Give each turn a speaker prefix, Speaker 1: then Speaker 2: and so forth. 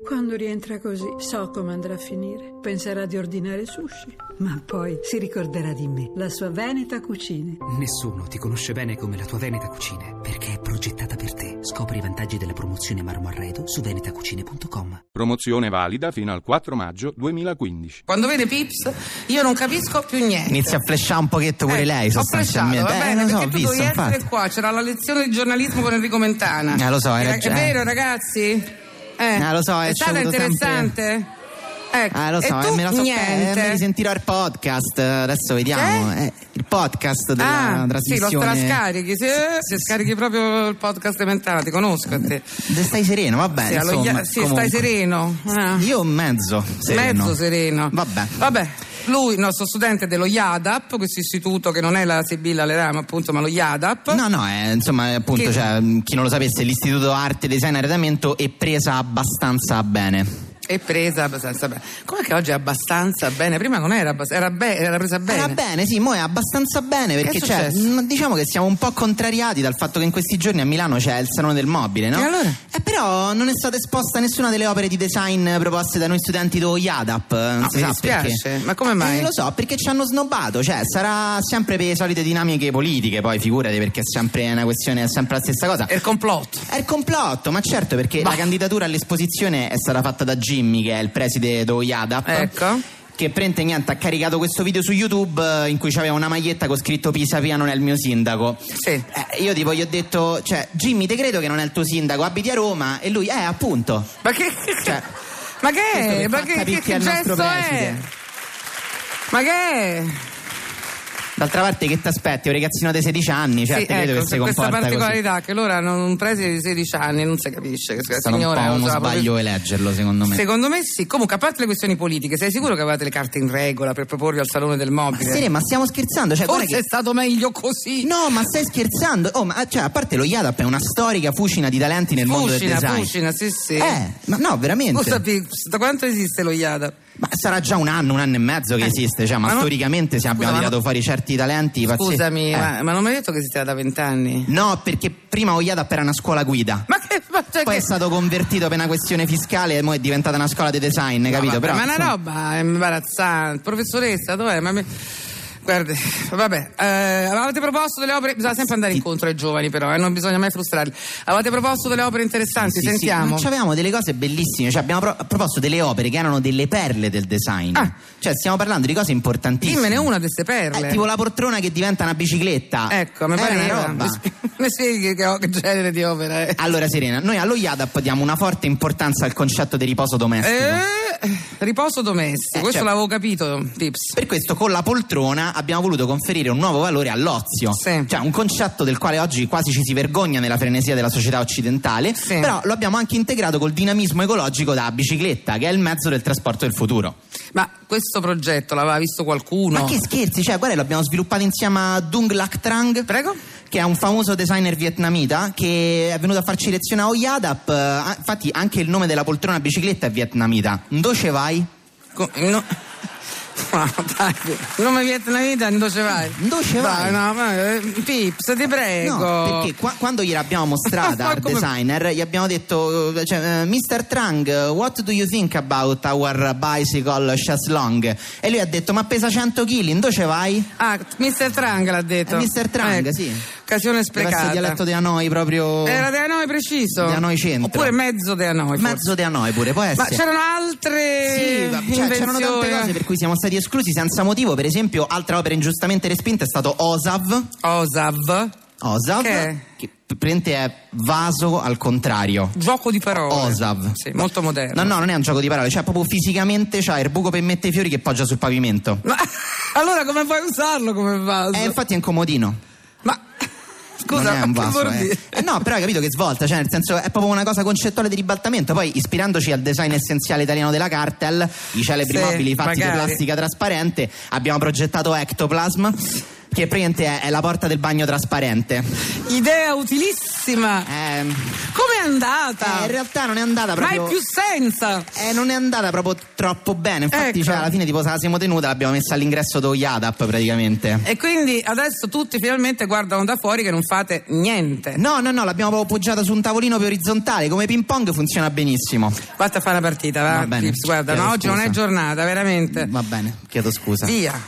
Speaker 1: Quando rientra così, so come andrà a finire. Penserà di ordinare sushi, ma poi si ricorderà di me, la sua Veneta Cucine.
Speaker 2: Nessuno ti conosce bene come la tua Veneta Cucine, perché è progettata per te. Scopri i vantaggi della promozione Marmo Arredo su venetacucine.com.
Speaker 3: Promozione valida fino al 4 maggio 2015.
Speaker 4: Quando vede Pips, io non capisco più niente.
Speaker 5: Inizia a flashare un pochetto pure
Speaker 4: Eh,
Speaker 5: lei,
Speaker 4: ho flashato,
Speaker 5: sostanzialmente.
Speaker 4: va
Speaker 5: Eh,
Speaker 4: bene,
Speaker 5: non so,
Speaker 4: perché
Speaker 5: ho
Speaker 4: tu
Speaker 5: visto,
Speaker 4: dovevi
Speaker 5: infatti.
Speaker 4: essere qua, c'era la lezione di giornalismo con Enrico Mentana.
Speaker 5: Eh, lo so, hai
Speaker 4: Era-
Speaker 5: ragione.
Speaker 4: È vero, ragazzi? Eh,
Speaker 5: Eh, lo so, è
Speaker 4: è stata
Speaker 5: sciolto
Speaker 4: interessante? Ecco,
Speaker 5: Ah, lo so,
Speaker 4: e
Speaker 5: eh,
Speaker 4: tu
Speaker 5: me la so eh,
Speaker 4: niente.
Speaker 5: me li sentirò il podcast. eh, Adesso vediamo.
Speaker 4: Che?
Speaker 5: Eh, il podcast della
Speaker 4: Ah, sì, lo
Speaker 5: trasmissione.
Speaker 4: te la scarichi, sì, eh, se scarichi proprio il podcast di Mentana, ti conosco a te.
Speaker 5: De- Stai sereno, va bene.
Speaker 4: Sì, allo-
Speaker 5: Eh, insomma,
Speaker 4: sì,
Speaker 5: comunque.
Speaker 4: stai sereno. eh.
Speaker 5: Io mezzo sereno.
Speaker 4: Mezzo sereno.
Speaker 5: Vabbè.
Speaker 4: Vabbè. Lui, il nostro studente dello IADAP, questo istituto che non è la Sibilla Lerama, appunto, ma lo IADAP.
Speaker 5: No, no, eh, insomma, appunto,
Speaker 4: Che-
Speaker 5: cioè, mh, chi non lo sapesse, l'Istituto Arte, Design e Arredamento è presa abbastanza bene.
Speaker 4: È presa abbastanza bene. Com'è che oggi è abbastanza bene? Prima non era abbastanza, era, be- era presa bene.
Speaker 5: Era bene, sì, mo è abbastanza bene perché
Speaker 4: è
Speaker 5: cioè,
Speaker 4: successo?
Speaker 5: mh, diciamo che siamo un po' contrariati dal fatto che in questi giorni a Milano c'è il Salone del Mobile, no?
Speaker 4: E allora?
Speaker 5: Eh, però non è stata esposta nessuna delle opere di design proposte da noi studenti dello IADAP. eh, Non
Speaker 4: No,
Speaker 5: si
Speaker 4: Ah, mi
Speaker 5: sa
Speaker 4: dispiace,
Speaker 5: perché.
Speaker 4: ma come mai?
Speaker 5: Eh, lo so, perché ci hanno snobbato, cioè sarà sempre per le solite dinamiche politiche, poi figurati perché è sempre una questione, è sempre la stessa cosa.
Speaker 4: È il complotto.
Speaker 5: È il complotto, ma certo perché
Speaker 4: Bah.
Speaker 5: la candidatura all'esposizione è stata fatta da Jimmy, che è il preside do IADAP.
Speaker 4: Ecco.
Speaker 5: Che prende niente, ha caricato questo video su YouTube eh, in cui c'aveva una maglietta con scritto Pisa Pia non è il mio sindaco.
Speaker 4: Sì.
Speaker 5: Eh, io tipo gli ho detto, cioè, Jimmy, te credo che non è il tuo sindaco, abiti a Roma. E lui, eh, appunto.
Speaker 4: Ma che.
Speaker 5: Cioè,
Speaker 4: ma che
Speaker 5: questo
Speaker 4: è?
Speaker 5: per
Speaker 4: Eh, Ma
Speaker 5: far
Speaker 4: che, che,
Speaker 5: capirti
Speaker 4: che
Speaker 5: al nostro
Speaker 4: gesto è?
Speaker 5: preside.
Speaker 4: Ma che è?
Speaker 5: D'altra parte, che ti aspetti? Un ragazzino di 16 anni, cioè,
Speaker 4: Sì,
Speaker 5: te credo
Speaker 4: ecco,
Speaker 5: che si
Speaker 4: c'è questa
Speaker 5: comporta così.
Speaker 4: particolarità che loro hanno un preside di 16 anni, non si capisce. Che
Speaker 5: È
Speaker 4: signora
Speaker 5: stato un po' uno
Speaker 4: usava proprio-
Speaker 5: sbaglio eleggerlo, secondo me.
Speaker 4: Secondo me sì. Comunque, a parte le questioni politiche, sei sicuro che avevate le carte in regola per proporvi al salone del
Speaker 5: Ma
Speaker 4: mobile?
Speaker 5: Sere, ma stiamo scherzando? Cioè, guarda
Speaker 4: Forse è
Speaker 5: che
Speaker 4: stato meglio così.
Speaker 5: No, ma stai scherzando? Oh, ma cioè, a parte lo Yadap è una storica fucina di talenti nel mondo del
Speaker 4: Fucina,
Speaker 5: design.
Speaker 4: fucina, sì, sì.
Speaker 5: Eh, ma no, veramente.
Speaker 4: Scusa, Pips, da quanto esiste lo IADA?
Speaker 5: Ma sarà già un anno, un anno e mezzo che esiste, cioè,
Speaker 4: Eh,
Speaker 5: ma,
Speaker 4: ma non-
Speaker 5: storicamente se
Speaker 4: Scusa,
Speaker 5: abbiamo
Speaker 4: ma
Speaker 5: tirato
Speaker 4: non-
Speaker 5: fuori certi talenti pazzeschi.
Speaker 4: Scusami,
Speaker 5: Eh,
Speaker 4: ma, ma non mi hai detto che esisteva da vent'anni?
Speaker 5: No, perché prima Oyadap era una scuola guida.
Speaker 4: Ma che ma cioè
Speaker 5: Poi
Speaker 4: che-
Speaker 5: è stato convertito per una questione fiscale e mo è diventata una scuola di design,
Speaker 4: No,
Speaker 5: capito?
Speaker 4: vabbè,
Speaker 5: Però,
Speaker 4: ma è
Speaker 5: insomma,
Speaker 4: una roba imbarazzante. Professoressa, dov'è? Ma mi- Guardi, vabbè, eh, avevate proposto delle opere, bisogna sempre andare incontro ai giovani però, eh, non bisogna mai frustrarli. Avevate proposto delle opere interessanti,
Speaker 5: sì, sì,
Speaker 4: sentiamo.
Speaker 5: ma avevamo delle cose bellissime, cioè abbiamo pro- proposto delle opere che erano delle perle del design.
Speaker 4: Ah.
Speaker 5: Cioè stiamo parlando di cose importantissime.
Speaker 4: Dimmene una di queste perle.
Speaker 5: Eh, tipo la poltrona che diventa una bicicletta.
Speaker 4: Ecco, mi
Speaker 5: Eh,
Speaker 4: pare
Speaker 5: una
Speaker 4: una
Speaker 5: roba.
Speaker 4: Mi spieghi che, che genere di opera è?
Speaker 5: Allora, Serena, noi allo IADAP diamo una forte importanza al concetto di riposo domestico.
Speaker 4: Eh, riposo domestico,
Speaker 5: Eh,
Speaker 4: questo
Speaker 5: cioè-
Speaker 4: l'avevo capito, Pips.
Speaker 5: Per questo con la poltrona abbiamo voluto conferire un nuovo valore all'ozio,
Speaker 4: Sì.
Speaker 5: cioè un concetto del quale oggi quasi ci si vergogna nella frenesia della società occidentale,
Speaker 4: Sì.
Speaker 5: però lo abbiamo anche integrato col dinamismo ecologico da bicicletta, che è il mezzo del trasporto del futuro.
Speaker 4: Ma questo progetto l'aveva visto qualcuno?
Speaker 5: Ma che scherzi, cioè, guarda, l'abbiamo sviluppato insieme a Dung Lac Trang.
Speaker 4: Prego?
Speaker 5: che è un famoso designer vietnamita che è venuto a farci lezione a Oyadap. eh, a- Infatti, anche il nome della poltrona bicicletta è vietnamita. Dove vai?
Speaker 4: Co- no. No, dai, non mi viene la vita, non ce vai.
Speaker 5: Non ce vai.
Speaker 4: Dai, no, ma, eh, Pips, ti prego.
Speaker 5: No, perché qua- quando gliel'abbiamo mostrata
Speaker 4: Ma
Speaker 5: al
Speaker 4: come-
Speaker 5: designer, gli abbiamo detto: eh, cioè, eh, Mr. Trang, eh, what do you think about our bicycle chaise long? E lui ha detto: Ma pesa 100 kg, dove vai?
Speaker 4: Ah, Mr. Trang l'ha detto.
Speaker 5: Eh, Mr. Trang,
Speaker 4: Ecco,
Speaker 5: sì.
Speaker 4: Occasione
Speaker 5: Deve essere
Speaker 4: sprecata.
Speaker 5: il dialetto di Hanoi proprio.
Speaker 4: Era De Hanoi preciso.
Speaker 5: De Hanoi centro.
Speaker 4: Oppure mezzo De Hanoi. forse.
Speaker 5: Mezzo di Hanoi pure, può
Speaker 4: Ma
Speaker 5: essere.
Speaker 4: c'erano altre
Speaker 5: Sì, va- cioè, c'erano tante
Speaker 4: invenzioni.
Speaker 5: cose per cui siamo stati esclusi senza motivo. Per esempio, altra opera ingiustamente respinta è stato Osav.
Speaker 4: Osav.
Speaker 5: Osav,
Speaker 4: Che è?
Speaker 5: che praticamente è vaso al contrario.
Speaker 4: Gioco di parole.
Speaker 5: Osav.
Speaker 4: Sì, molto moderno.
Speaker 5: No, no, non è un gioco di parole, cioè proprio fisicamente c'ha il buco per mettere i fiori che poggia sul pavimento.
Speaker 4: Ma allora come puoi usarlo come vaso?
Speaker 5: Eh, infatti è un comodino.
Speaker 4: Ma scusa,
Speaker 5: non è un
Speaker 4: ma che
Speaker 5: vaso,
Speaker 4: vuol
Speaker 5: eh.
Speaker 4: dire?
Speaker 5: Eh, no, però hai capito che svolta, cioè nel senso è proprio una cosa concettuale di ribaltamento. Poi ispirandoci al design essenziale italiano della Cartel, i celebri
Speaker 4: Sì,
Speaker 5: mobili fatti di
Speaker 4: magari.
Speaker 5: plastica trasparente, abbiamo progettato Ectoplasm. che praticamente è, è la porta del bagno trasparente.
Speaker 4: Idea utilissima.
Speaker 5: Eh,
Speaker 4: Come è andata?
Speaker 5: eh, in realtà non è andata
Speaker 4: Ma
Speaker 5: proprio.
Speaker 4: è più senza.
Speaker 5: Eh, non è andata proprio troppo bene. Infatti,
Speaker 4: Ecco.
Speaker 5: cioè, alla fine, tipo, se la siamo tenuta, l'abbiamo messa all'ingresso do Yadap praticamente.
Speaker 4: E quindi adesso tutti finalmente guardano da fuori che non fate niente.
Speaker 5: Eh, No, no, no, l'abbiamo proprio poggiata su un tavolino più orizzontale, come ping pong funziona benissimo.
Speaker 4: Basta fare la partita, va?
Speaker 5: Va bene.
Speaker 4: Pips, guarda,
Speaker 5: Chiedo
Speaker 4: no, oggi non è
Speaker 5: scusa.
Speaker 4: giornata, veramente.
Speaker 5: Va bene, chiedo scusa.
Speaker 4: Via.